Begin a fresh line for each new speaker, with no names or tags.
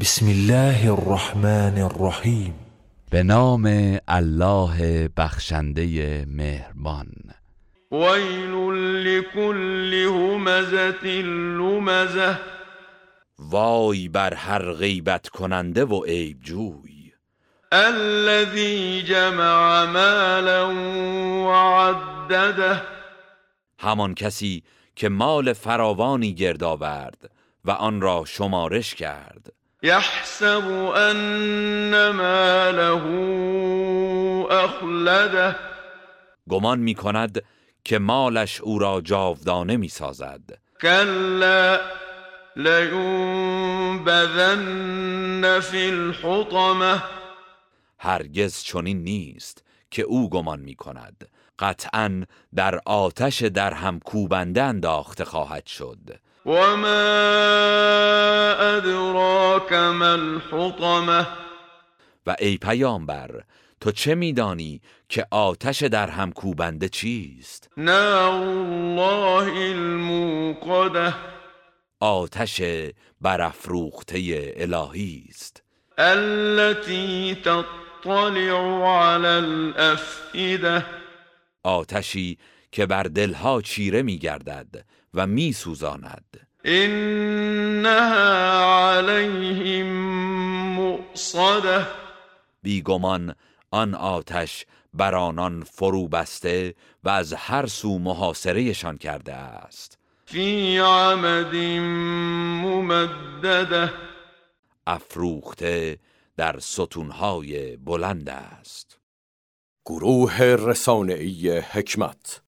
بسم الله الرحمن الرحیم
به نام الله بخشنده مهربان
ويل لكل همزة لمزة
وای بر هر غیبت کننده و عیب جوی
الذي جمع مالا وعدده
همان کسی که مال فراوانی گرد آورد و آن را شمارش کرد
يحسب أن ماله أخلده
گمان می کند که مالش او را جاودانه می سازد
كلا لينبذن في الحطمة
هرگز چنین نیست که او گمان می کند قطعا در آتش در هم کوبنده انداخته خواهد شد
وما أدراك ما الحطمة
و ای پیامبر تو چه میدانی که آتش در هم کوبنده چیست
نار الله الموقدة
آتش برافروخته الهی است
التي تطلع على الأفئدة
آتشی که بر دلها چیره میگردد و میسوزاند
إنها عليهم مؤصدة
بیگمان آن آتش بر آنان فرو بسته و از هر سو محاصرهشان کرده است
في عمد ممددة
افروخته در ستونهای بلند است
گروه رسانه‌ای حکمت